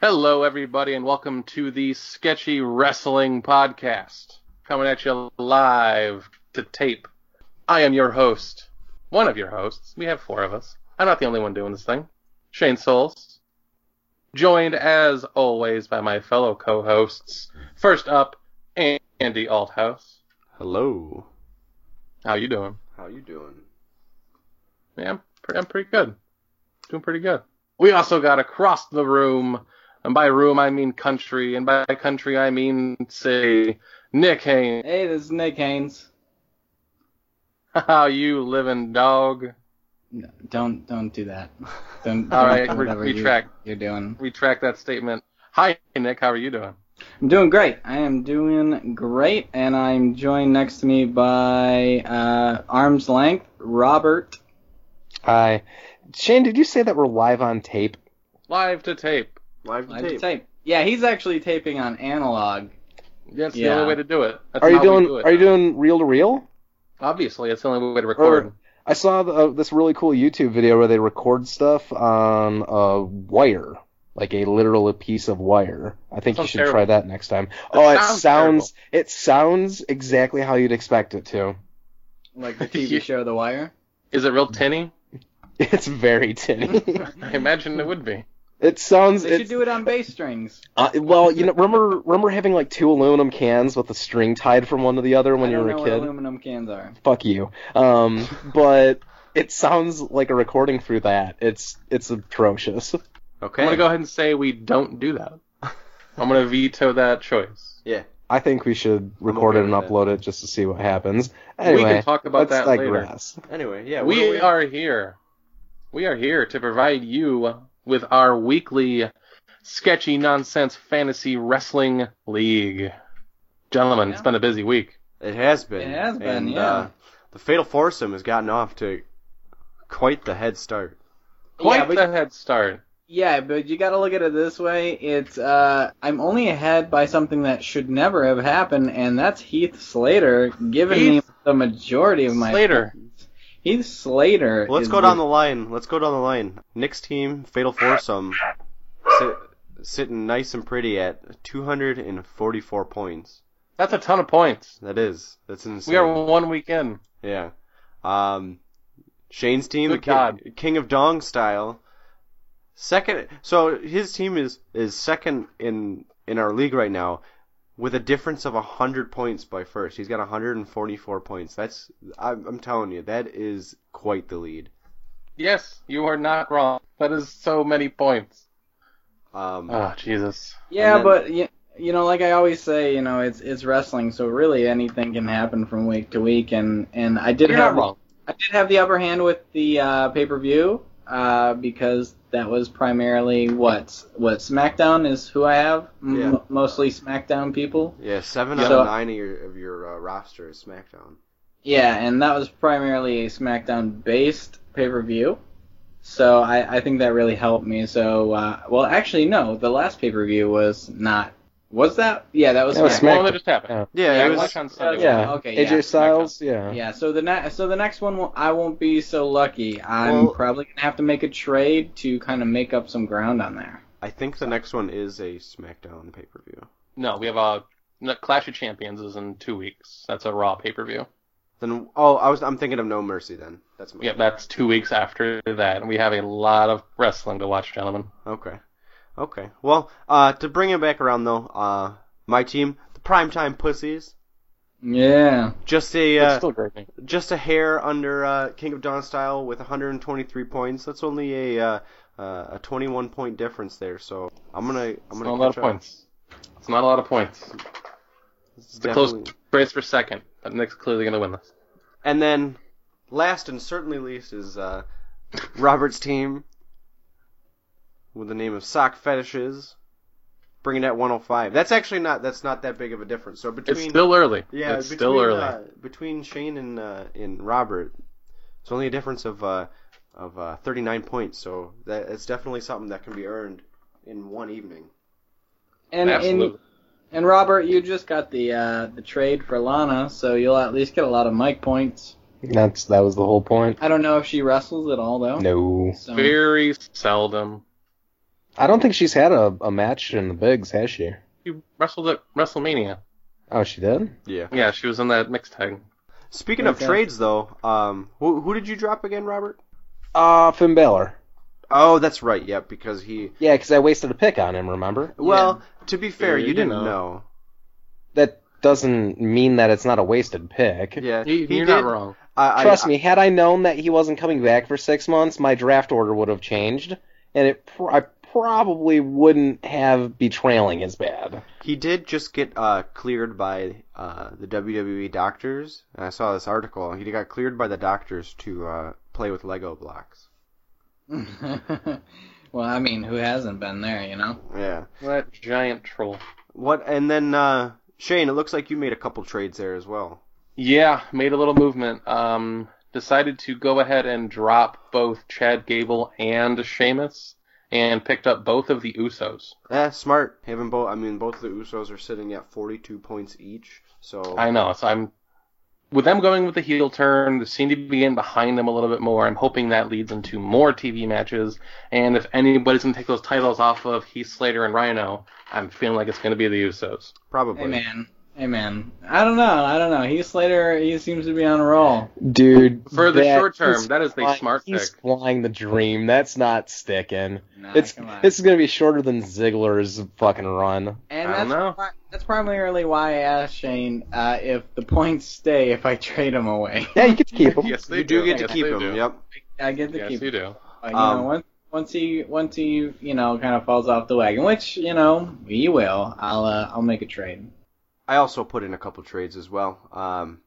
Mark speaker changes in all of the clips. Speaker 1: Hello, everybody, and welcome to the Sketchy Wrestling Podcast, coming at you live to tape. I am your host, one of your hosts. We have four of us. I'm not the only one doing this thing. Shane Souls, joined as always by my fellow co-hosts. First up, An- Andy Althouse.
Speaker 2: Hello.
Speaker 1: How you doing?
Speaker 2: How you doing?
Speaker 1: Yeah, I'm pretty, I'm pretty good. Doing pretty good. We also got across the room, and by room I mean country, and by country I mean say Nick Haynes.
Speaker 3: Hey, this is Nick Haynes.
Speaker 1: How you living, dog?
Speaker 3: No, don't don't do that. Don't.
Speaker 1: All
Speaker 3: don't
Speaker 1: right,
Speaker 3: do
Speaker 1: re-
Speaker 3: whatever you-
Speaker 1: retract
Speaker 3: You're doing.
Speaker 1: retract that statement. Hi, Nick. How are you doing?
Speaker 3: I'm doing great. I am doing great, and I'm joined next to me by uh, arm's length Robert.
Speaker 4: Hi. Shane, did you say that we're live on tape?
Speaker 1: Live to tape.
Speaker 2: Live to
Speaker 3: Live
Speaker 2: tape.
Speaker 3: tape. Yeah, he's actually taping on analog.
Speaker 1: That's the
Speaker 3: Yeah.
Speaker 1: only way to do it. That's
Speaker 4: are you
Speaker 1: how we
Speaker 4: doing
Speaker 1: do it.
Speaker 4: are you doing reel to reel?
Speaker 1: Obviously, it's the only way to record.
Speaker 4: Or- I saw the, uh, this really cool YouTube video where they record stuff on a wire, like a literal piece of wire. I think
Speaker 1: Sounds
Speaker 4: you should
Speaker 1: terrible.
Speaker 4: try that next time. oh, it
Speaker 1: sounds
Speaker 4: sounds, it sounds exactly how you'd expect it to.
Speaker 3: Like the TV show The Wire.
Speaker 1: Is it real tinny?
Speaker 4: It's very tinny.
Speaker 1: I imagine it would be.
Speaker 4: it sounds
Speaker 3: They
Speaker 4: it's,
Speaker 3: should do it on bass strings.
Speaker 4: uh, well, you know, remember remember having like two aluminum cans with a string tied from one to the other when
Speaker 3: I
Speaker 4: you
Speaker 3: don't
Speaker 4: were
Speaker 3: know
Speaker 4: a
Speaker 3: what
Speaker 4: kid?
Speaker 3: aluminum cans are.
Speaker 4: fuck you. Um, but it sounds like a recording through that. It's it's atrocious.
Speaker 2: Okay.
Speaker 1: I'm gonna go ahead and say we don't do that. I'm gonna veto that choice.
Speaker 2: Yeah.
Speaker 4: I think we should record
Speaker 2: okay
Speaker 4: it and
Speaker 2: with that.
Speaker 4: upload it just to see what happens. Anyway,
Speaker 1: we can talk about
Speaker 4: let's
Speaker 1: that later.
Speaker 4: digress.
Speaker 2: Anyway, yeah. what
Speaker 1: we are here. We are here to provide you with our weekly sketchy nonsense fantasy wrestling league. Gentlemen, it's
Speaker 3: Yeah.
Speaker 1: been a busy week.
Speaker 2: It has been.
Speaker 3: It has been,
Speaker 2: and,
Speaker 3: yeah.
Speaker 2: Uh, the fatal foursome has gotten off to quite the head start.
Speaker 1: Quite
Speaker 3: yeah, but
Speaker 1: the head start.
Speaker 3: Yeah, but you got to look at it this way. It's uh, I'm only ahead by something that should never have happened, and that's Heath Slater giving me
Speaker 1: Heath
Speaker 3: the majority of my
Speaker 1: Slater.
Speaker 3: Heath Slater.
Speaker 2: Well, let's
Speaker 3: is
Speaker 2: go down the line. Let's go down the line. Nick's team, fatal foursome, sit, sitting nice and pretty at 244 points.
Speaker 1: That's a ton of points.
Speaker 2: That is. That's insane.
Speaker 1: We are one week in.
Speaker 2: Yeah. Um, Shane's team,
Speaker 1: Good
Speaker 2: the ki- King of Dong style. Second, so his team is is second in in our league right now, with a difference of hundred points by first. He's got 144 points. That's I'm, I'm telling you, that is quite the lead.
Speaker 1: Yes, you are not wrong. That is so many points.
Speaker 2: Um,
Speaker 1: Oh, Jesus.
Speaker 3: Yeah,
Speaker 2: and then-
Speaker 3: but you, you know, like I always say, you know, it's it's wrestling, so really anything can happen from week to week, and and I did
Speaker 1: You're
Speaker 3: have
Speaker 1: not wrong.
Speaker 3: I did have the upper hand with the uh, pay per view uh, because that was primarily what what SmackDown is who I have m-
Speaker 2: Yeah.
Speaker 3: mostly SmackDown people.
Speaker 2: yeah, seven
Speaker 3: Yeah.
Speaker 2: out
Speaker 3: So-
Speaker 2: of nine of your of your uh, roster is SmackDown.
Speaker 3: Yeah, and that was primarily a SmackDown based pay per view. So I, I think that really helped me. So uh, well, actually no, the last pay per view was not. Was that? Yeah, that was.
Speaker 4: That was
Speaker 3: SmackDown.
Speaker 1: Well,
Speaker 4: Smack-
Speaker 1: that just happened.
Speaker 2: Yeah,
Speaker 1: Yeah,
Speaker 2: it
Speaker 1: I
Speaker 2: was.
Speaker 1: watched on Sunday.
Speaker 4: Yeah.
Speaker 3: Okay,
Speaker 4: AJ
Speaker 3: yeah.
Speaker 4: Styles, yeah.
Speaker 3: Yeah, so the ne- so the next one will, I won't be so lucky. I'm
Speaker 2: Well-
Speaker 3: probably gonna have to make a trade to kind of make up some ground on there.
Speaker 2: I think the next one is a SmackDown pay per view.
Speaker 1: No, we have a no, Clash of Champions is in two weeks. That's a Raw pay per view.
Speaker 2: Then oh, I was I'm thinking of No Mercy. Then that's my
Speaker 1: Yep, that's two weeks after that, and we have a lot of wrestling to watch, gentlemen.
Speaker 2: Okay. Okay. Well, uh, to bring it back around though, uh, my team, the primetime pussies,
Speaker 3: Yeah.
Speaker 2: just a
Speaker 1: It's
Speaker 2: uh,
Speaker 1: still great. man.
Speaker 2: just a hair under uh, King of Dawn style with 123 points. That's only a uh, uh, a 21 point difference there. So I'm gonna I'm
Speaker 1: It's
Speaker 2: gonna
Speaker 1: not a lot of
Speaker 2: catch up.
Speaker 1: points. It's not a lot of points.
Speaker 2: It's
Speaker 1: The close
Speaker 2: definitely-
Speaker 1: race for second, but Nick's clearly going to win this.
Speaker 2: And then last and certainly least is uh, Robert's team with the name of Sock Fetishes, bringing that 105. That's actually not that's not that big of a difference. So between
Speaker 1: It's still early.
Speaker 2: Yeah,
Speaker 1: it's
Speaker 2: between,
Speaker 1: still early.
Speaker 2: Uh, between Shane and uh, and Robert, it's only a difference of uh, of uh, 39 points. So that it's definitely something that can be earned in one evening.
Speaker 3: And and,
Speaker 1: Absolutely.
Speaker 3: and Robert, you just got the uh, the trade for Lana, so you'll at least get a lot of mic points.
Speaker 4: That's that was the whole point.
Speaker 3: um, I don't know if she wrestles at all though.
Speaker 4: No.
Speaker 3: So,
Speaker 1: Very seldom.
Speaker 4: I don't think she's had a, a match in the bigs, has she?
Speaker 1: She wrestled at WrestleMania.
Speaker 4: Oh, she did.
Speaker 2: Yeah.
Speaker 1: Yeah, she was in that mixed tag.
Speaker 2: Speaking of
Speaker 3: Okay.
Speaker 2: trades, though, um, who, who did you drop again, Robert?
Speaker 4: Uh, Finn Balor.
Speaker 2: Oh, that's right. Yeah, because he.
Speaker 4: Yeah, because I wasted a pick on him. Remember?
Speaker 2: Well, to be fair,
Speaker 1: Yeah,
Speaker 2: you
Speaker 1: you
Speaker 2: didn't
Speaker 1: know.
Speaker 2: know.
Speaker 4: That doesn't mean that it's not a wasted pick.
Speaker 2: Yeah,
Speaker 1: You,
Speaker 2: he
Speaker 1: you're
Speaker 2: did.
Speaker 1: not wrong.
Speaker 2: I,
Speaker 4: Trust
Speaker 2: I,
Speaker 4: me, had I known that he wasn't coming back for six months, my draft order would have changed, and it pr- I probably wouldn't have be trailing as bad.
Speaker 2: He did just get uh, cleared by uh, the WWE doctors. And I saw this article. He got cleared by the doctors to uh, play with Lego blocks.
Speaker 3: well, I mean, who hasn't been there, you know?
Speaker 2: Yeah.
Speaker 1: That giant troll.
Speaker 2: What? And then uh, Shane, it looks like you made a couple trades there as well.
Speaker 1: Yeah, made a little movement. Um, decided to go ahead and drop both Chad Gable and Sheamus, and picked up both of the Usos.
Speaker 2: Eh, smart. Having both. I mean, both of the Usos are sitting at 42 points each. So
Speaker 1: I know, so I'm with them going with the heel turn. They seem to be getting behind them a little bit more. I'm hoping that leads into more TV matches. And if anybody's gonna take those titles off of Heath Slater and Rhino, I'm feeling like it's gonna be the Usos.
Speaker 2: probably.
Speaker 3: Hey, man. Hey, man. I don't know. I don't know. Heath Slater, he seems to be on a roll.
Speaker 4: Dude,
Speaker 1: For the
Speaker 4: that-
Speaker 1: short term,
Speaker 4: he's
Speaker 1: that is a
Speaker 4: flying-
Speaker 1: smart pick.
Speaker 4: He's flying the dream. That's not sticking.
Speaker 3: Nah,
Speaker 4: it's
Speaker 3: Ah, come on.
Speaker 4: this is gonna be shorter than Ziggler's fucking run.
Speaker 3: and
Speaker 1: I
Speaker 3: that's,
Speaker 1: don't know.
Speaker 3: pri- that's primarily why I asked Shane uh, if the points stay if I trade him away.
Speaker 4: Yeah, you could keep him.
Speaker 1: Yes, they
Speaker 2: you do, get to
Speaker 1: Yes,
Speaker 2: keep
Speaker 1: they
Speaker 2: him.
Speaker 1: do.
Speaker 2: Yep.
Speaker 3: I get to
Speaker 1: Yes,
Speaker 3: keep
Speaker 1: you do.
Speaker 3: But, you
Speaker 2: Um,
Speaker 3: know, once once he once he you know kind of falls off the wagon, which you know he will, I'll uh, I'll make a trade.
Speaker 2: I also put in a couple trades as well. Um,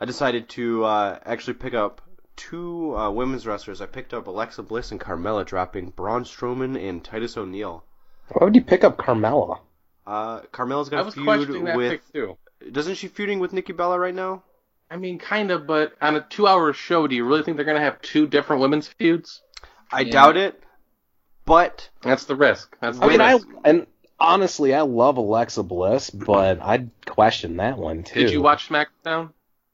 Speaker 2: I decided to uh, actually pick up two uh, women's wrestlers. I picked up Alexa Bliss and Carmella, dropping Braun Strowman and Titus O'Neil.
Speaker 4: Why would you pick up Carmella?
Speaker 2: Uh, Carmella's
Speaker 1: I
Speaker 2: got a
Speaker 1: was
Speaker 2: feud
Speaker 1: questioning that
Speaker 2: with.
Speaker 1: pick too.
Speaker 2: Doesn't she feuding with Nikki Bella right now?
Speaker 1: I mean, kind of, but on a two-hour show, do you really think they're going to have two different women's feuds?
Speaker 2: I
Speaker 3: Yeah.
Speaker 2: doubt it. But
Speaker 1: That's the risk. That's the
Speaker 4: I mean, I
Speaker 1: risk.
Speaker 4: and honestly, I love Alexa Bliss, but I'd question that one too.
Speaker 1: Did you watch SmackDown?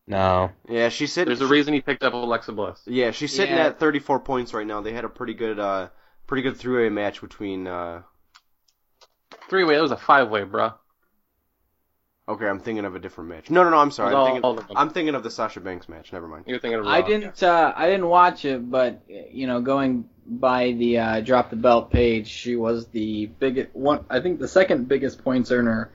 Speaker 4: No.
Speaker 2: yeah, she's sitting.
Speaker 1: There's a reason he picked up Alexa Bliss.
Speaker 2: yeah, she's sitting
Speaker 3: Yeah.
Speaker 2: at 34 points right now. They had a pretty good, uh, pretty good three-way match between. Uh,
Speaker 1: Three-way, that was a five-way, bruh.
Speaker 2: okay, I'm thinking of a different match. No, no, no. I'm sorry.
Speaker 1: All-
Speaker 2: I'm thinking,
Speaker 1: all of them.
Speaker 2: I'm thinking of the Sasha Banks match. Never mind.
Speaker 1: You're thinking of Raw.
Speaker 3: I didn't uh, I didn't watch it, but you know going by the uh, drop the belt page, she was the biggest one. I think the second biggest points earner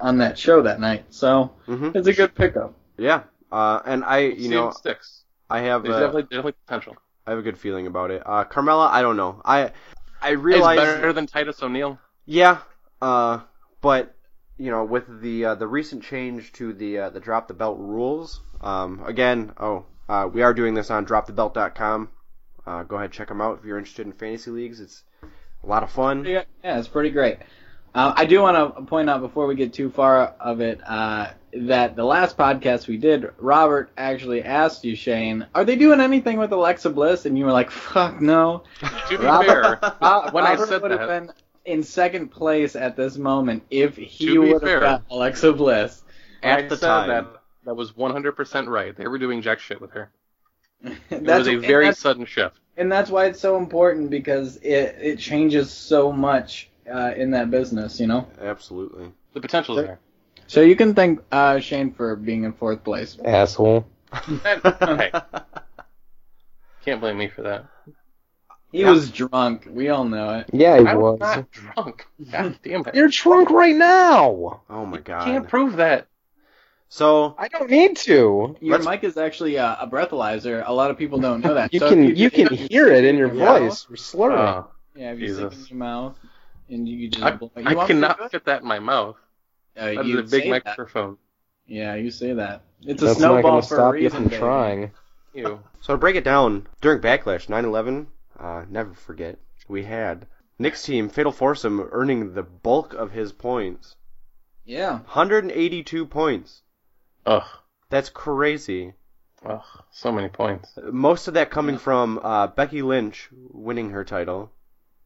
Speaker 3: on that show that night. So
Speaker 2: Mm-hmm.
Speaker 3: it's a good pickup.
Speaker 2: Yeah, uh, and I,
Speaker 1: Yeah.
Speaker 2: you
Speaker 1: See
Speaker 2: know,
Speaker 1: if it sticks.
Speaker 2: I have
Speaker 1: There's
Speaker 2: a,
Speaker 1: definitely, definitely potential.
Speaker 2: I have a good feeling about it. Uh, Carmella, I don't know. I, I
Speaker 1: It's
Speaker 2: realize,
Speaker 1: better than Titus O'Neil.
Speaker 2: yeah, uh, but you know, with the uh, the recent change to the uh, the drop the belt rules, um, again, oh, uh, we are doing this on dropthebelt.com. Uh, go ahead, check them out if you're interested in fantasy leagues. It's a lot of fun.
Speaker 3: Yeah, yeah, it's pretty great. Uh, I do want to point out before we get too far of it uh, that the last podcast we did, Robert actually asked you, Shane, are they doing anything with Alexa Bliss? And you were like, fuck no.
Speaker 1: To be
Speaker 3: Robert-
Speaker 1: fair,
Speaker 3: Uh,
Speaker 1: When I
Speaker 3: Robert
Speaker 1: said
Speaker 3: would have
Speaker 1: that-
Speaker 3: been in second place at this moment if he
Speaker 1: To be
Speaker 3: would
Speaker 1: fair.
Speaker 3: have got Alexa Bliss.
Speaker 1: when I
Speaker 2: At the
Speaker 1: said
Speaker 2: time.
Speaker 1: that, that was 100% right. They were doing jack shit with her. It
Speaker 3: That's
Speaker 1: was a
Speaker 3: and
Speaker 1: very
Speaker 3: that's-
Speaker 1: sudden shift.
Speaker 3: and that's why it's so important because it it changes so much uh, in that business, you know.
Speaker 2: Absolutely.
Speaker 1: The potential is there.
Speaker 3: So you can thank uh, Shane for being in fourth place.
Speaker 4: Asshole.
Speaker 1: That- hey, can't blame me for that.
Speaker 3: He
Speaker 2: Yeah.
Speaker 3: was drunk. We all know it.
Speaker 4: Yeah, he
Speaker 1: I was
Speaker 4: was.
Speaker 1: not drunk. God damn it.
Speaker 4: You're drunk right now.
Speaker 2: Oh my
Speaker 1: You can't
Speaker 2: god.
Speaker 1: prove that.
Speaker 2: So
Speaker 4: I don't need to.
Speaker 3: Your
Speaker 2: Let's-
Speaker 3: mic is actually uh, a, a breathalyzer. A lot of people don't know that.
Speaker 4: You
Speaker 3: So
Speaker 4: can
Speaker 3: if
Speaker 4: you
Speaker 3: just-
Speaker 4: can hear it in your
Speaker 3: Yeah.
Speaker 4: voice. You're slurring.
Speaker 1: Uh,
Speaker 3: Yeah, if you stick it in
Speaker 1: Jesus.
Speaker 3: your mouth and you just.
Speaker 1: I,
Speaker 3: blow it. You
Speaker 1: I
Speaker 3: want me to do
Speaker 1: cannot
Speaker 3: it?
Speaker 1: fit that in my mouth.
Speaker 3: Uh,
Speaker 1: That is
Speaker 3: you
Speaker 1: a big
Speaker 3: say that.
Speaker 1: microphone.
Speaker 3: Yeah, you say that. It's a
Speaker 4: That's not
Speaker 3: snowball
Speaker 4: gonna
Speaker 3: for
Speaker 4: stop
Speaker 3: a
Speaker 4: you
Speaker 3: reason.
Speaker 4: from
Speaker 3: baby.
Speaker 4: trying.
Speaker 1: Ew.
Speaker 2: So to break it down, during Backlash 9/11, uh, never forget, we had Nick's team Fatal Foursome earning the bulk of his points,
Speaker 3: Yeah.
Speaker 2: 182 points.
Speaker 1: Ugh.
Speaker 2: That's crazy.
Speaker 1: Ugh. So many points.
Speaker 2: Most of that coming from uh, Becky Lynch winning her title,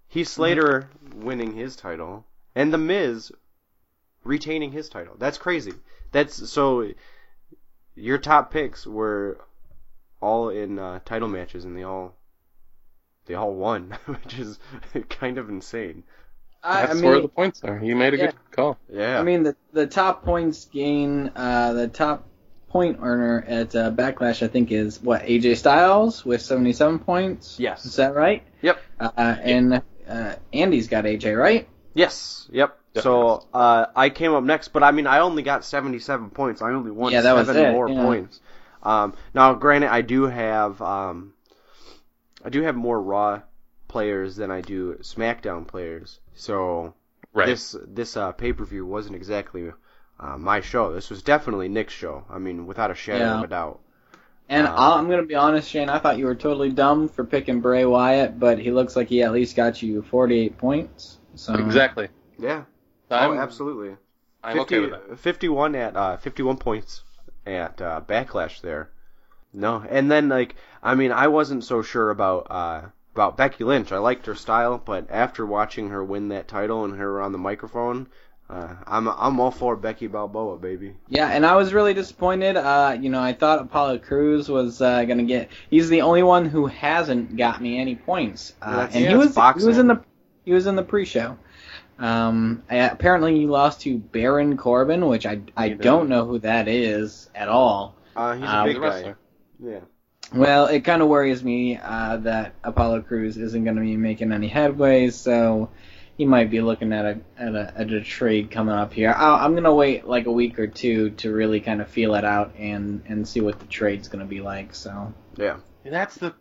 Speaker 2: Heath Slater winning his title, and The Miz retaining his title. That's crazy. That's so. Your top picks were all in uh, title matches, and they all they all won, which is kind of insane.
Speaker 3: I, I
Speaker 1: That's
Speaker 3: mean,
Speaker 1: where the points are. You made a
Speaker 3: Yeah.
Speaker 1: good call.
Speaker 2: Yeah.
Speaker 3: I mean, the the top points gain, uh, the top point earner at uh, Backlash, I think, is what AJ Styles with 77 points.
Speaker 2: Yes.
Speaker 3: Is that right?
Speaker 2: Yep.
Speaker 3: Uh, and uh, Andy's got AJ, right?
Speaker 2: yes. Yep.
Speaker 1: Yes.
Speaker 2: So uh, I came up next, but I mean, I only got 77 points. I only won
Speaker 3: Yeah, that was
Speaker 2: seven
Speaker 3: it,
Speaker 2: more
Speaker 3: yeah.
Speaker 2: points. Um, now, granted, I do have um, I do have more Raw players than I do SmackDown players. So
Speaker 1: Right.
Speaker 2: this this uh, pay per view wasn't exactly uh, my show. This was definitely Nick's show. I mean, without a shadow
Speaker 3: Yeah.
Speaker 2: of a doubt.
Speaker 3: And
Speaker 2: Uh,
Speaker 3: I'll, I'm gonna be honest, Shane. I thought you were totally dumb for picking Bray Wyatt, but he looks like he at least got you 48 points. So
Speaker 1: exactly.
Speaker 2: Yeah.
Speaker 1: Um, I'm,
Speaker 2: oh, absolutely.
Speaker 1: I'm okay with that.
Speaker 2: 51 at uh, 51 points at uh, Backlash there. No, and then like I mean I wasn't so sure about uh, about Becky Lynch. I liked her style, but after watching her win that title and her on the microphone, uh, I'm I'm all for Becky Balboa, baby.
Speaker 3: Yeah, and I was really disappointed. Uh, you know, I thought Apollo Cruz was uh, gonna get. He's the only one who hasn't got me any points. Uh,
Speaker 2: Yeah, that's-
Speaker 3: and
Speaker 2: yeah,
Speaker 3: he
Speaker 2: that's
Speaker 3: was he was
Speaker 2: boxing.
Speaker 3: in the he was in the pre-show. Um, I- apparently he lost to Baron Corbin, which I I
Speaker 1: Neither.
Speaker 3: don't know who that is at all.
Speaker 2: Uh, he's a
Speaker 3: Uh,
Speaker 2: big
Speaker 1: The
Speaker 2: guy.
Speaker 1: wrestler.
Speaker 2: Yeah.
Speaker 3: Well, it kind of worries me uh, that Apollo Cruz isn't going to be making any headway, so he might be looking at a at a, at a trade coming up here. i I'm going to wait like a week or two to really kind of feel it out and and see what the trade's going to be like. So
Speaker 2: Yeah.
Speaker 1: That's the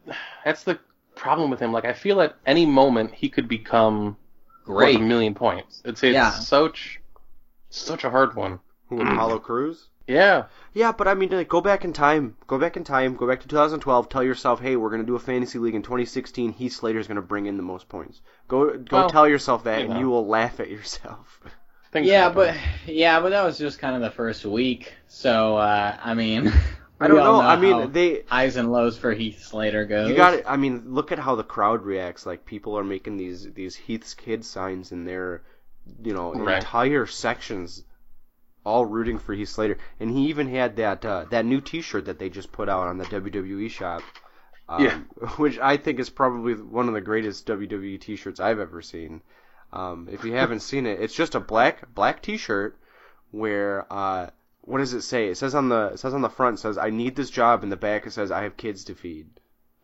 Speaker 1: that's the problem with him. Like I feel at any moment he could become worth a million points. It's it's
Speaker 3: Yeah.
Speaker 1: such such a hard one.
Speaker 2: Who Apollo Cruz?
Speaker 1: Yeah.
Speaker 2: Yeah, but I mean, like, go back in time. Go back in time. Go back to 2012. Tell yourself, hey, we're gonna do a fantasy league in 2016. Heath Slater's gonna bring in the most points. Go, go
Speaker 1: Well,
Speaker 2: tell yourself that,
Speaker 1: you
Speaker 2: and
Speaker 1: know.
Speaker 2: you will laugh at yourself.
Speaker 1: Things
Speaker 3: yeah,
Speaker 1: happen.
Speaker 3: but yeah, but that was just kind of the first week. So uh, I mean,
Speaker 2: I don't
Speaker 3: we
Speaker 2: know.
Speaker 3: all
Speaker 2: I mean,
Speaker 3: how
Speaker 2: they.
Speaker 3: highs and lows for Heath Slater goes.
Speaker 2: You got it. I mean, look at how the crowd reacts. Like people are making these these Heath's kid signs in their, you know,
Speaker 1: Right.
Speaker 2: entire sections, all rooting for Heath Slater. And he even had that uh, that new T-shirt that they just put out on the WWE shop. Um,
Speaker 1: Yeah.
Speaker 2: Which I think is probably one of the greatest WWE T-shirts I've ever seen. Um, if you haven't seen it, it's just a black black T-shirt where uh, what does it say? It says on the it says on the front it says I need this job, and the back it says I have kids to feed.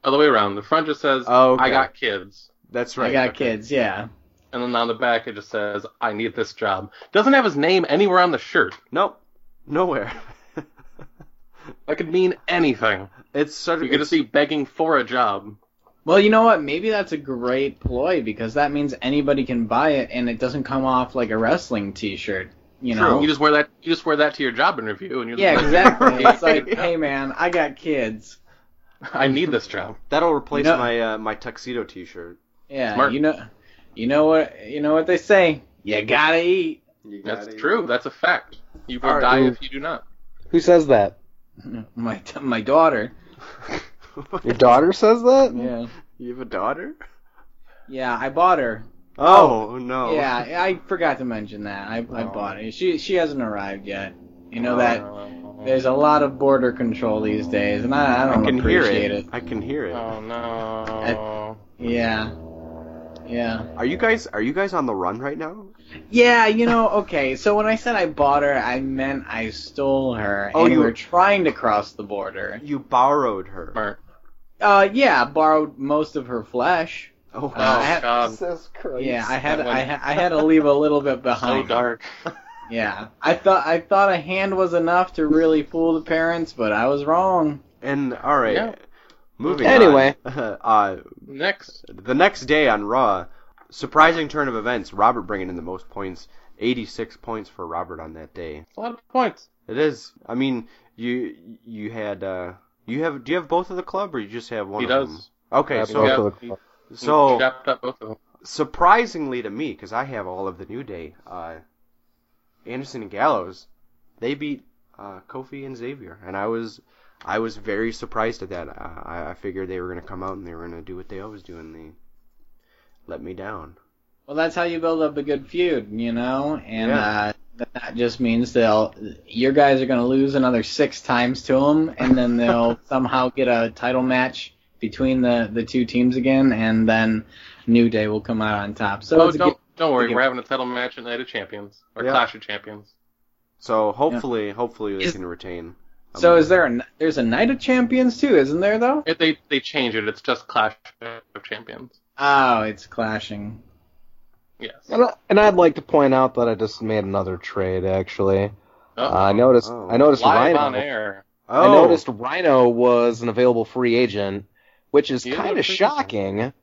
Speaker 1: other way around. The front just says
Speaker 2: Oh, okay.
Speaker 1: I got kids.
Speaker 2: That's
Speaker 3: I
Speaker 2: right.
Speaker 3: got
Speaker 2: Okay.
Speaker 3: kids. Yeah.
Speaker 1: And then on the back it just says I need this job. Doesn't have his name anywhere on the shirt.
Speaker 2: Nope. Nowhere.
Speaker 1: That could mean anything.
Speaker 2: it's such
Speaker 1: You could
Speaker 2: it's,
Speaker 1: just be begging for a job.
Speaker 3: Well, you know what? Maybe that's a great ploy because that means anybody can buy it and it doesn't come off like a wrestling T-shirt. You
Speaker 1: True.
Speaker 3: know?
Speaker 1: You just wear that you just wear that to your job interview and you're
Speaker 3: yeah,
Speaker 1: like,
Speaker 3: exactly. It's like,
Speaker 2: Right.
Speaker 3: hey man, I got kids.
Speaker 1: I need this job.
Speaker 2: that'll replace
Speaker 3: No.
Speaker 2: my uh, my tuxedo T-shirt.
Speaker 3: Yeah,
Speaker 1: Smart.
Speaker 3: you know, you know what, you know what they say. You gotta eat.
Speaker 1: That's true. That's a fact. You will
Speaker 2: All right.
Speaker 1: die
Speaker 4: Ooh.
Speaker 1: if you do not.
Speaker 4: Who says that?
Speaker 3: My my daughter.
Speaker 4: Your daughter says that?
Speaker 3: Yeah.
Speaker 2: You have a daughter?
Speaker 3: Yeah, I bought her.
Speaker 2: Oh, no.
Speaker 3: Yeah, I forgot to mention that. I, I
Speaker 2: Oh.
Speaker 3: bought her. She she hasn't arrived yet. You know that there's a lot of border control these days, and I, I
Speaker 2: I
Speaker 3: don't
Speaker 2: can hear
Speaker 3: appreciate
Speaker 2: it. I can hear it.
Speaker 1: Oh no.
Speaker 3: Yeah. Yeah.
Speaker 2: Are you guys are you guys on the run right now?
Speaker 3: Yeah, you know, okay. So when I said I bought her, I meant I stole her.
Speaker 2: Oh,
Speaker 3: and
Speaker 2: you-
Speaker 3: were trying to cross the border.
Speaker 2: You borrowed her.
Speaker 1: Smart.
Speaker 3: Uh, yeah, borrowed most of her flesh.
Speaker 2: Oh,
Speaker 1: Oh
Speaker 3: I had-
Speaker 1: god.
Speaker 4: Jesus Christ.
Speaker 3: Yeah, I had
Speaker 1: that one-
Speaker 3: I, ha- I had to leave a little bit
Speaker 1: So
Speaker 3: behind.
Speaker 1: dark.
Speaker 3: Yeah, I thought I thought a hand was enough to really fool the parents, but I was wrong.
Speaker 2: and all right.
Speaker 1: Yeah.
Speaker 2: Moving
Speaker 4: Anyway.
Speaker 2: on. uh,
Speaker 1: Next.
Speaker 2: the next day on Raw, surprising turn of events. Robert bringing in the most points, 86 points for Robert on that day.
Speaker 1: A lot of points.
Speaker 2: It is. I mean, you you had uh you have do you have both of the club or you just have one
Speaker 1: He
Speaker 2: of
Speaker 1: does.
Speaker 2: them? Okay,
Speaker 4: That's
Speaker 2: so
Speaker 1: Yeah.
Speaker 4: also the-
Speaker 1: So
Speaker 2: so
Speaker 1: chopped up both of them.
Speaker 2: surprisingly to me cuz I have all of the New Day, uh Anderson and Gallows, they beat uh Kofi and Xavier and I was I was very surprised at that. Uh, I, I figured they were going to come out and they were going to do what they always do and they let me down.
Speaker 3: Well, that's how you build up a good feud, you know, and
Speaker 2: Yeah.
Speaker 3: uh, that just means they'll your guys are gonna lose another six times to them, and then they'll somehow get a title match between the the two teams again, and then New Day will come out on top. So
Speaker 1: oh,
Speaker 3: it's a
Speaker 1: don't don't worry.
Speaker 3: again.
Speaker 1: We're having a title match at Night of Champions or
Speaker 2: Yeah.
Speaker 1: Clash of Champions.
Speaker 2: So hopefully, hopefully they
Speaker 3: Is-
Speaker 2: can retain.
Speaker 3: good- so is there a there's a Night of Champions too, isn't there though?
Speaker 1: If they they change it, it's just Clash of Champions.
Speaker 3: Oh, it's clashing.
Speaker 1: Yes.
Speaker 4: And, I, and I'd like to point out that I just made another trade. Actually, Uh,
Speaker 1: Oh,
Speaker 4: I noticed.
Speaker 2: Oh.
Speaker 4: I noticed
Speaker 1: live
Speaker 4: Rhino.
Speaker 1: on air.
Speaker 2: Oh,
Speaker 4: I noticed Rhino was an available free agent, which is
Speaker 1: Yeah,
Speaker 4: kind
Speaker 1: free
Speaker 4: of
Speaker 1: agent.
Speaker 4: shocking,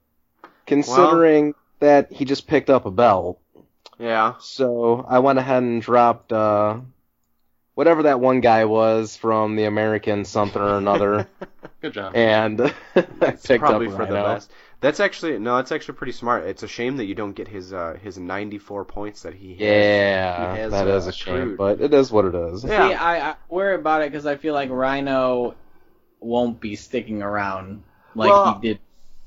Speaker 4: considering that he just picked up a belt.
Speaker 2: yeah.
Speaker 4: So I went ahead and dropped uh, whatever that one guy was from the American something or another,
Speaker 1: Good job.
Speaker 4: and I
Speaker 2: It's
Speaker 4: picked up
Speaker 2: probably for the
Speaker 4: Rhino.
Speaker 2: best. That's actually no, that's actually pretty smart. It's a shame that you don't get his uh, his 94 points that he has. He
Speaker 4: Yeah,
Speaker 2: has,
Speaker 4: that is
Speaker 2: uh,
Speaker 4: a shame,
Speaker 2: screwed.
Speaker 4: but it is what it is.
Speaker 2: Yeah.
Speaker 3: See, I, I worry about it because I feel like Rhino won't be sticking around like
Speaker 2: Well-
Speaker 3: he did.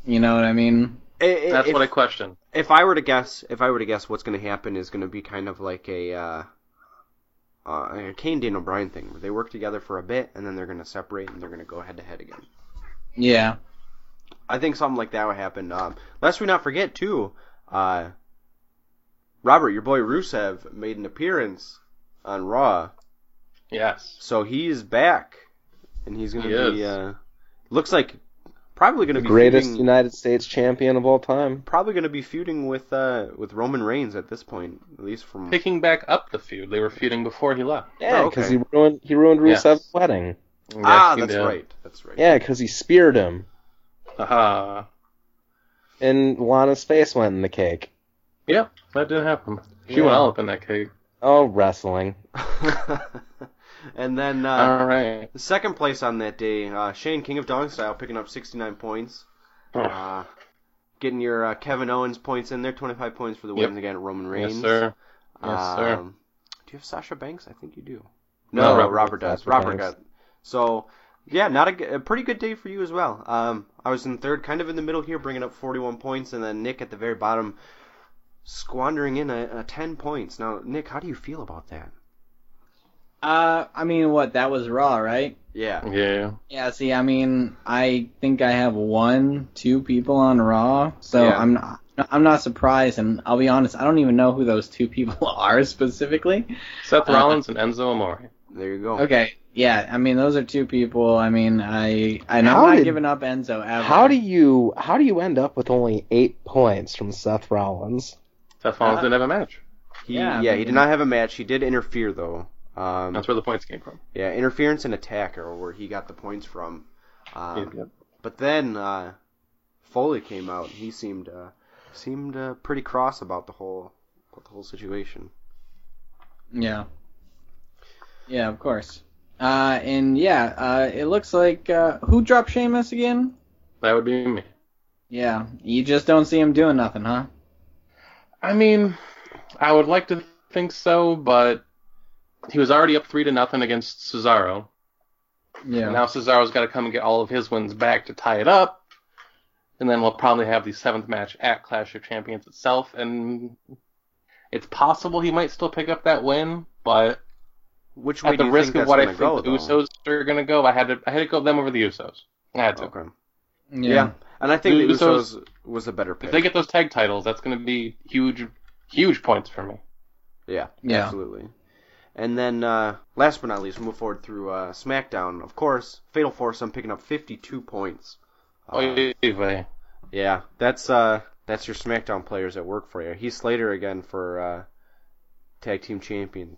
Speaker 3: You know what I mean?
Speaker 2: I- I-
Speaker 1: That's
Speaker 2: if,
Speaker 1: what I question.
Speaker 2: if I were to guess, if I were to guess, what's going to happen is going to be kind of like a uh, uh, a Kane Dane O'Brien thing, where they work together for a bit and then they're going to separate and they're going to go head to head again.
Speaker 3: Yeah.
Speaker 2: I think something like that would happen. Um, lest we not forget too, uh, Robert, your boy Rusev made an appearance on Raw,
Speaker 1: Yes.
Speaker 2: so he's back, and he's going
Speaker 1: He
Speaker 2: to be
Speaker 1: is.
Speaker 2: uh, looks like probably going to
Speaker 4: The
Speaker 2: be
Speaker 4: greatest
Speaker 2: feuding,
Speaker 4: United States champion of all time.
Speaker 2: probably going to be feuding with uh, with Roman Reigns at this point, at least from
Speaker 1: Picking back up the feud. They were feuding before he left.
Speaker 4: Yeah,
Speaker 2: Oh,
Speaker 4: because
Speaker 2: okay.
Speaker 4: he ruined he ruined
Speaker 1: Yes.
Speaker 4: Rusev's wedding.
Speaker 2: ah,
Speaker 1: Yes, he
Speaker 2: that's
Speaker 1: did.
Speaker 2: right, that's right.
Speaker 4: Yeah, because he speared him,
Speaker 1: Haha.
Speaker 4: and Lana's face went in the cake.
Speaker 1: Yep, that did happen. She
Speaker 4: Yeah.
Speaker 1: went all up in that cake.
Speaker 4: Oh, wrestling.
Speaker 2: and then uh,
Speaker 1: all right.
Speaker 2: the second place on that day, uh, Shane King of Dong Style picking up 69 points.
Speaker 1: Oh.
Speaker 2: Uh, getting your uh, Kevin Owens points in there, 25 points for the
Speaker 1: Yep.
Speaker 2: wins again. Roman Reigns.
Speaker 1: yes, sir. Yes, sir.
Speaker 2: Um, do you have Sasha Banks? I think you do.
Speaker 1: No,
Speaker 2: No,
Speaker 1: Robert
Speaker 2: Robert,
Speaker 4: does.
Speaker 2: does.
Speaker 4: Sasha
Speaker 2: Robert
Speaker 4: Banks.
Speaker 2: got. So, yeah, not a, g- a pretty good day for you as well. Um, I was in third, kind of in the middle here, bringing up 41 points, and then Nick at the very bottom, squandering in a, a 10 points. Now, Nick, how do you feel about that?
Speaker 3: Uh, I mean, what? That was Raw, right?
Speaker 2: Yeah.
Speaker 1: Yeah.
Speaker 3: Yeah. See, I mean, I think I have one, two people on Raw, so
Speaker 2: Yeah.
Speaker 3: I'm not. I'm not surprised, and I'll be honest. I don't even know who those two people are specifically.
Speaker 1: Seth
Speaker 3: Uh,
Speaker 1: Rollins and Enzo Amore.
Speaker 2: There
Speaker 4: Oh.
Speaker 2: you go.
Speaker 3: Okay, yeah. I mean, those are two people. I mean, I and I'm
Speaker 4: How
Speaker 3: not
Speaker 4: did-
Speaker 3: giving up Enzo ever.
Speaker 4: How do you how do you end up with only eight points from Seth Rollins?
Speaker 1: Seth Rollins
Speaker 2: Uh,
Speaker 1: didn't have a match.
Speaker 2: He,
Speaker 3: Yeah,
Speaker 2: yeah,
Speaker 3: I
Speaker 2: he
Speaker 3: mean-
Speaker 2: did not have a match. He did interfere, though. Um,
Speaker 1: That's where the points came from.
Speaker 2: Yeah, interference and attack are where he got the points from. Um,
Speaker 1: Yep.
Speaker 2: But then uh, Foley came out. and He seemed uh, seemed uh, pretty cross about the whole about the whole situation.
Speaker 3: Yeah. Yeah, of course. Uh, and yeah, uh, it looks like uh, who dropped Sheamus again?
Speaker 1: That would be me.
Speaker 3: Yeah, you just don't see him doing nothing, huh?
Speaker 1: I mean, I would like to think so, but he was already up three to nothing against Cesaro. And
Speaker 3: Yeah.
Speaker 1: now Cesaro's got to come and get all of his wins back to tie it up. And then we'll probably have the seventh match at Clash of Champions itself. And it's possible he might still pick up that win, but
Speaker 2: Which way
Speaker 1: at the
Speaker 2: do you
Speaker 1: risk
Speaker 2: think
Speaker 1: of
Speaker 2: that's
Speaker 1: what I
Speaker 2: gonna
Speaker 1: think
Speaker 2: go,
Speaker 1: the
Speaker 2: though?
Speaker 1: Usos are going to go, I had to I had to go them over the Usos. I had to.
Speaker 2: Okay.
Speaker 3: Yeah.
Speaker 2: Yeah. and I think the
Speaker 1: The
Speaker 2: Usos, was a better pick.
Speaker 1: If they get those tag titles, that's going to be huge, huge points for me.
Speaker 2: Yeah,
Speaker 3: Yeah.
Speaker 2: absolutely. And then uh, last but not least, we'll move forward through uh, SmackDown. Of course, Fatal Four. I'm picking up 52 points. Uh,
Speaker 1: Oy vey.
Speaker 2: Yeah, that's uh that's your SmackDown players at work for you. He's Slater again for uh, tag team champion.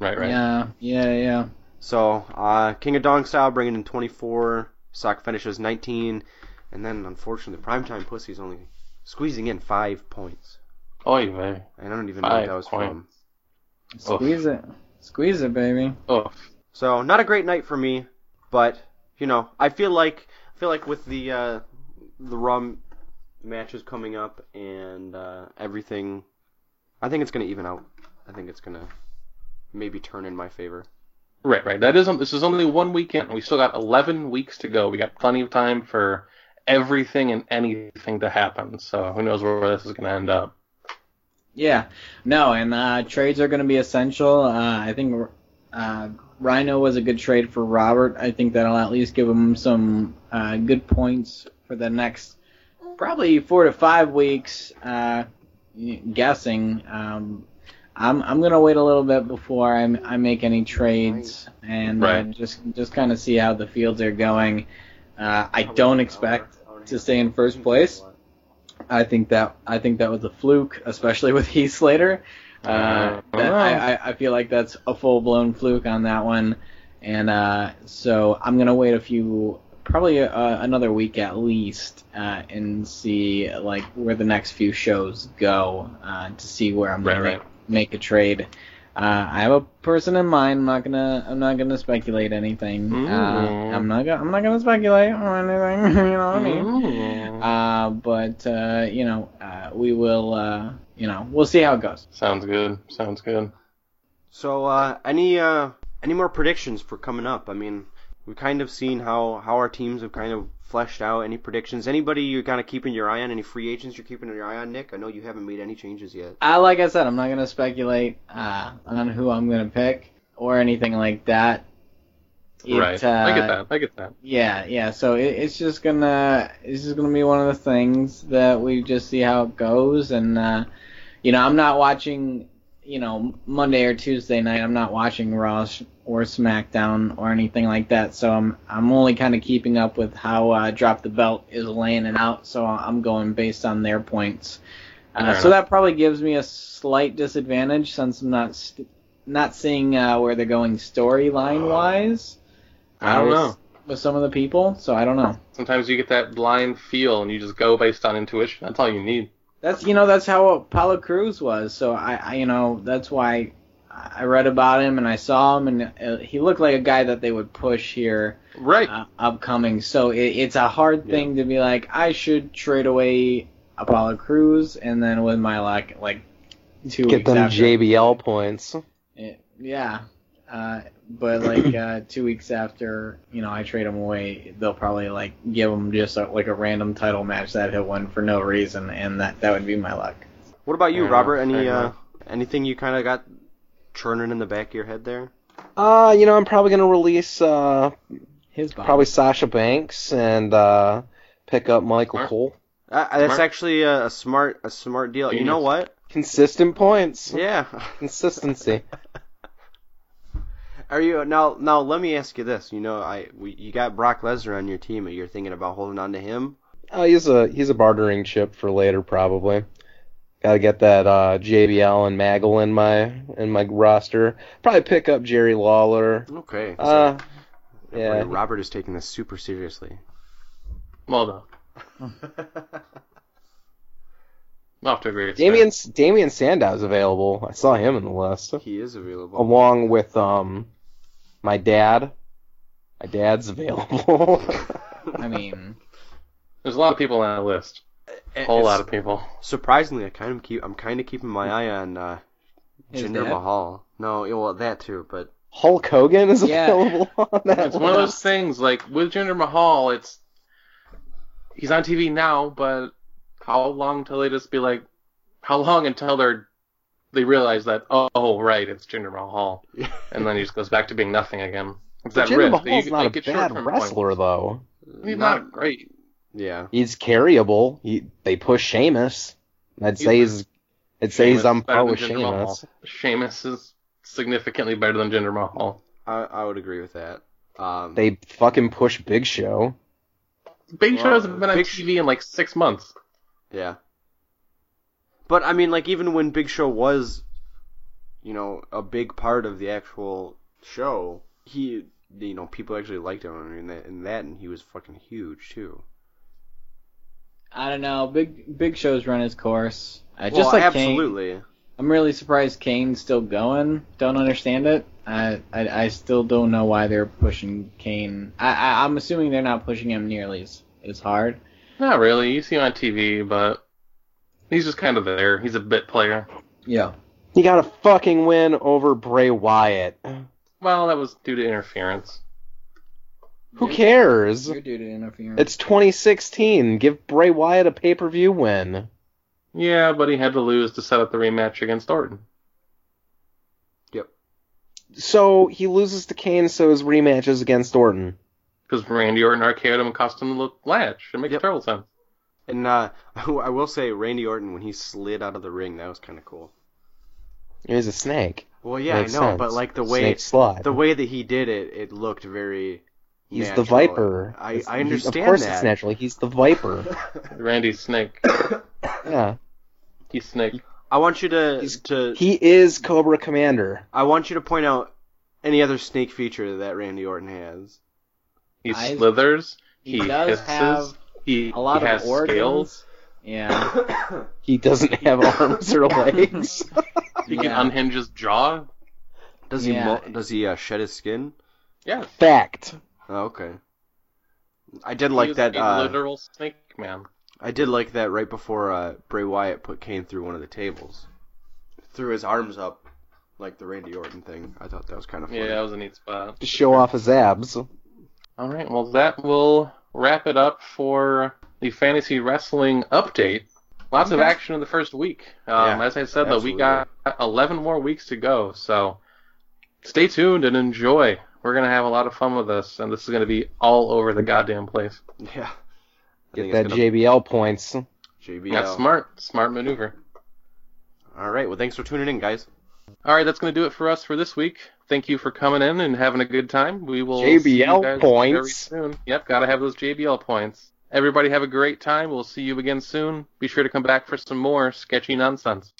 Speaker 1: Right, right.
Speaker 3: Yeah. Yeah. Yeah.
Speaker 2: So uh, King of Dong style bringing in 24, Sock finishes 19, and then unfortunately Primetime Pussy's only squeezing in five points.
Speaker 1: Oy vey.
Speaker 2: And I don't even know
Speaker 1: Five
Speaker 2: what that was
Speaker 1: points.
Speaker 2: from.
Speaker 1: Oh.
Speaker 3: Squeeze it. Squeeze it, baby.
Speaker 1: Oof.
Speaker 2: So not a great night for me, but you know I feel like I feel like with the uh, the rum matches coming up and uh, everything, I think it's gonna even out. I think it's gonna maybe turn in my favor.
Speaker 1: Right, right. That is this is only one weekend. We still got 11 weeks to go. We got plenty of time for everything and anything to happen. So who knows where this is going to end up?
Speaker 3: Yeah. No, and uh, trades are going to be essential. Uh, I think Uh, Rhino was a good trade for Robert. I think that'll at least give him some uh, good points for the next probably four to five weeks. Uh, guessing. Um, I'm I'm gonna wait a little bit before I, I make any trades and uh,
Speaker 1: Right.
Speaker 3: just just kind of see how the fields are going. Uh, I don't expect to stay in first place. I think that I think that was a fluke, especially with Heath Slater. Uh,
Speaker 1: Uh,
Speaker 3: that- I, I, I feel like that's a full blown fluke on that one, and uh, so I'm gonna wait a few, probably uh, another week at least, uh, and see like where the next few shows go uh, to see where I'm gonna
Speaker 1: Right, right.
Speaker 3: make, make a trade. Uh, I have a person in mind. I'm not gonna. I'm not gonna speculate anything. Uh,
Speaker 1: Mm.
Speaker 3: I'm not. Gonna, I'm not gonna speculate on anything. You know what I mean?
Speaker 1: Mm.
Speaker 3: Uh, but uh, you know, uh, we will. Uh, you know, we'll see how it goes.
Speaker 1: Sounds good. Sounds good.
Speaker 2: So, uh, any uh, any more predictions for coming up? I mean, we've kind of seen how, how our teams have kind of fleshed out. Any predictions? Anybody you're kind of keeping your eye on? Any free agents you're keeping your eye on, Nick? I know you haven't made any changes yet.
Speaker 3: I Uh, like I said, I'm not gonna speculate uh, on who I'm gonna pick or anything like that. It,
Speaker 1: right.
Speaker 3: Uh,
Speaker 1: I get that. I get that.
Speaker 3: Yeah, yeah. So it, it's just gonna it's just gonna be one of the things that we just see how it goes, and uh, you know I'm not watching you know Monday or Tuesday night I'm not watching Raw sh- or SmackDown or anything like that. So I'm I'm only kind of keeping up with how uh, Drop the Belt is laying it out. So I'm going based on their points. Uh,
Speaker 1: Fair
Speaker 3: so
Speaker 1: enough.
Speaker 3: that probably gives me a slight disadvantage since I'm not st- not seeing uh, where they're going storyline wise
Speaker 1: I don't
Speaker 3: with-
Speaker 1: know.
Speaker 3: with some of the people, so I don't know.
Speaker 1: Sometimes you get that blind feel and you just go based on intuition. That's all you need.
Speaker 3: That's you know that's how Apollo Cruz was. So I, I you know that's why I read about him and I saw him and uh, he looked like a guy that they would push here
Speaker 1: Right.
Speaker 3: uh, upcoming. So it, it's a hard
Speaker 2: Yeah.
Speaker 3: thing to be like I should trade away Apollo Cruz and then with my luck like two
Speaker 4: Get
Speaker 3: weeks
Speaker 4: them
Speaker 3: after,
Speaker 4: JBL points.
Speaker 3: Eh, yeah. Uh, but like uh, two weeks after, you know, I trade him away, they'll probably like give him just a, like a random title match that he'll win for no reason, and that that would be my luck.
Speaker 2: What about you,
Speaker 1: Fair
Speaker 2: Robert?
Speaker 1: enough,
Speaker 2: Any
Speaker 1: fair
Speaker 2: uh,
Speaker 1: enough.
Speaker 2: anything you kind of got churning in the back of your head there?
Speaker 4: Uh, you know, I'm probably gonna release uh
Speaker 3: His body.
Speaker 4: probably Sasha Banks and uh pick up Michael
Speaker 1: Smart.
Speaker 4: Cole.
Speaker 2: Uh, that's
Speaker 1: Smart.
Speaker 2: actually a, a smart a smart deal. You know what?
Speaker 4: Consistent points.
Speaker 2: Yeah.
Speaker 4: Consistency.
Speaker 2: Are you now? Now let me ask you this. You know, I we, you got Brock Lesnar on your team. You're thinking about holding on to him.
Speaker 4: Uh, he's a he's a bartering chip for later probably. Gotta get that uh, JBL and Maggle in my in my roster. Probably pick up Jerry Lawler.
Speaker 2: Okay.
Speaker 4: Uh, yeah.
Speaker 2: Robert is taking this super seriously.
Speaker 1: Well done. I'll have to agree. with you.
Speaker 4: Damian Damian Sandow's available. I saw him in the list
Speaker 2: he is available.
Speaker 4: along with um my dad. My dad's available.
Speaker 3: I mean,
Speaker 1: There's a lot of people on that list. A whole lot of people.
Speaker 2: Surprisingly, I kind of keep I'm kind of keeping my eye on uh,
Speaker 3: His
Speaker 2: Jinder
Speaker 3: dad?
Speaker 2: Mahal. No, yeah, well that too, but
Speaker 4: Hulk Hogan is
Speaker 3: Yeah.
Speaker 4: available on that.
Speaker 1: It's one of those
Speaker 4: list.
Speaker 1: things, like, with Jinder Mahal, it's. He's on TV now, but how long till they just be like. How long until they're. They realize that, oh, right, it's Jinder Mahal. And then he just goes back to being nothing again. It's that
Speaker 4: But
Speaker 1: risk.
Speaker 4: Jinder
Speaker 1: that
Speaker 4: Mahal's
Speaker 1: you-
Speaker 4: not
Speaker 1: you
Speaker 4: a
Speaker 1: get
Speaker 4: bad
Speaker 1: short-term points.
Speaker 4: wrestler though.
Speaker 1: He's
Speaker 2: Not-
Speaker 1: not, great.
Speaker 2: yeah.
Speaker 4: He's carryable. He, they push Sheamus. I'd
Speaker 1: He's
Speaker 4: say he's. I'd say he's
Speaker 1: Sheamus
Speaker 4: on
Speaker 1: is better
Speaker 4: par
Speaker 1: than
Speaker 4: with
Speaker 1: Jinder
Speaker 4: Sheamus.
Speaker 1: Mahal. Sheamus is significantly better than Jinder Mahal.
Speaker 2: I, I would agree with that. Um,
Speaker 4: They fucking push Big Show.
Speaker 1: Big
Speaker 2: Well,
Speaker 1: Show hasn't been on
Speaker 2: Big-
Speaker 1: TV in like six months.
Speaker 2: yeah. But I mean, like even when Big Show was, you know, a big part of the actual show, he, you know, people actually liked him and that, and that, and he was fucking huge too.
Speaker 3: I don't know. Big Big Show's run his course. Uh,
Speaker 2: well,
Speaker 3: just like Kane,
Speaker 2: absolutely.
Speaker 3: I'm really surprised Kane's still going. Don't understand it. I, I, I still don't know why they're pushing Kane. I, I I'm assuming they're not pushing him nearly as as hard.
Speaker 1: Not really. You see him on TV, but he's just kind of there. He's a bit player.
Speaker 3: Yeah.
Speaker 4: He got a fucking win over Bray Wyatt.
Speaker 1: Well, that was due to interference.
Speaker 4: Who cares?
Speaker 3: You're due to
Speaker 2: Mm-hmm.
Speaker 3: interference.
Speaker 4: It's 2016. Give Bray Wyatt a pay per view win.
Speaker 1: Yeah, but he had to lose to set up the rematch against Orton.
Speaker 4: So he loses to Kane, so his rematch is against Orton.
Speaker 1: Because Randy Orton RKO'd him and cost him the latch. It makes
Speaker 2: Yep.
Speaker 1: terrible sense.
Speaker 2: And uh, I will say, Randy Orton when he slid out of the ring, that was kind of cool.
Speaker 4: He's a snake.
Speaker 2: Well, yeah,
Speaker 4: Makes
Speaker 2: I know,
Speaker 4: sense.
Speaker 2: but like the way
Speaker 4: snake slide.
Speaker 2: the way that he did it, it looked very.
Speaker 4: He's
Speaker 2: natural.
Speaker 4: the viper.
Speaker 2: I,
Speaker 4: It's-
Speaker 2: I
Speaker 4: he-
Speaker 2: understand
Speaker 4: Of course,
Speaker 2: that.
Speaker 4: it's naturally. He's the viper.
Speaker 1: Randy Snake.
Speaker 4: yeah,
Speaker 1: He's Snake.
Speaker 2: I want you to
Speaker 4: He's-
Speaker 2: to
Speaker 4: he is Cobra Commander.
Speaker 2: I want you to point out any other snake feature that Randy Orton has.
Speaker 1: He
Speaker 3: I-
Speaker 1: slithers.
Speaker 3: He,
Speaker 1: He,
Speaker 3: does
Speaker 1: hisses.
Speaker 3: have
Speaker 1: he,
Speaker 3: a lot
Speaker 1: he has
Speaker 3: of organs.
Speaker 1: scales.
Speaker 3: Yeah.
Speaker 4: He doesn't have arms or legs.
Speaker 1: He can
Speaker 3: yeah.
Speaker 1: unhinge his jaw.
Speaker 2: does
Speaker 3: Yeah.
Speaker 2: he mul- does he uh, shed his skin?
Speaker 1: Yes.
Speaker 4: Fact.
Speaker 2: Oh, okay. I did
Speaker 1: He
Speaker 2: like
Speaker 1: is
Speaker 2: that.
Speaker 1: A
Speaker 2: Uh,
Speaker 1: literal snake man.
Speaker 2: I did like that right before uh, Bray Wyatt put Kane through one of the tables, threw his arms up like the Randy Orton thing. I thought that was kind of funny.
Speaker 1: Yeah, that was a neat spot.
Speaker 4: To show off his abs.
Speaker 1: All right, well, that will wrap it up for the fantasy wrestling update. Lots of
Speaker 2: Okay.
Speaker 1: action in the first week. Um,
Speaker 2: Yeah,
Speaker 1: as I said, though, we
Speaker 2: absolutely.
Speaker 1: got 11 more weeks to go, so stay tuned and enjoy. We're going to have a lot of fun with this, and this is going to be all over the goddamn place.
Speaker 2: Yeah. I
Speaker 4: Get
Speaker 2: think
Speaker 4: that
Speaker 2: it's gonna-
Speaker 4: JBL points.
Speaker 2: JBL.
Speaker 1: Yeah, smart, smart maneuver.
Speaker 2: All right. Well, thanks for tuning in, guys.
Speaker 1: All right, that's going to do it for us for this week. Thank you for coming in and having a good time. We will
Speaker 4: JBL
Speaker 1: see you guys very
Speaker 4: points.
Speaker 1: soon. Yep, got to have those JBL points. Everybody have a great time. We'll see you again soon. Be sure to come back for some more sketchy nonsense.